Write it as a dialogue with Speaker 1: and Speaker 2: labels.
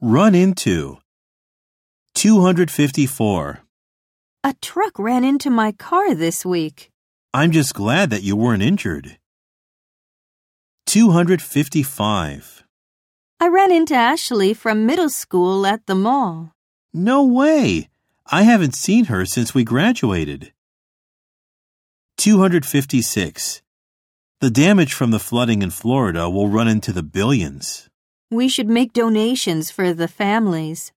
Speaker 1: Run into. 254.
Speaker 2: A truck ran into my car this week.
Speaker 1: I'm just glad that you weren't injured. 255.
Speaker 2: I ran into Ashley from middle school at the mall.
Speaker 1: No way! I haven't seen her since we graduated. 256. The damage from the flooding in Florida will run into the billions.
Speaker 2: We should make donations for the families.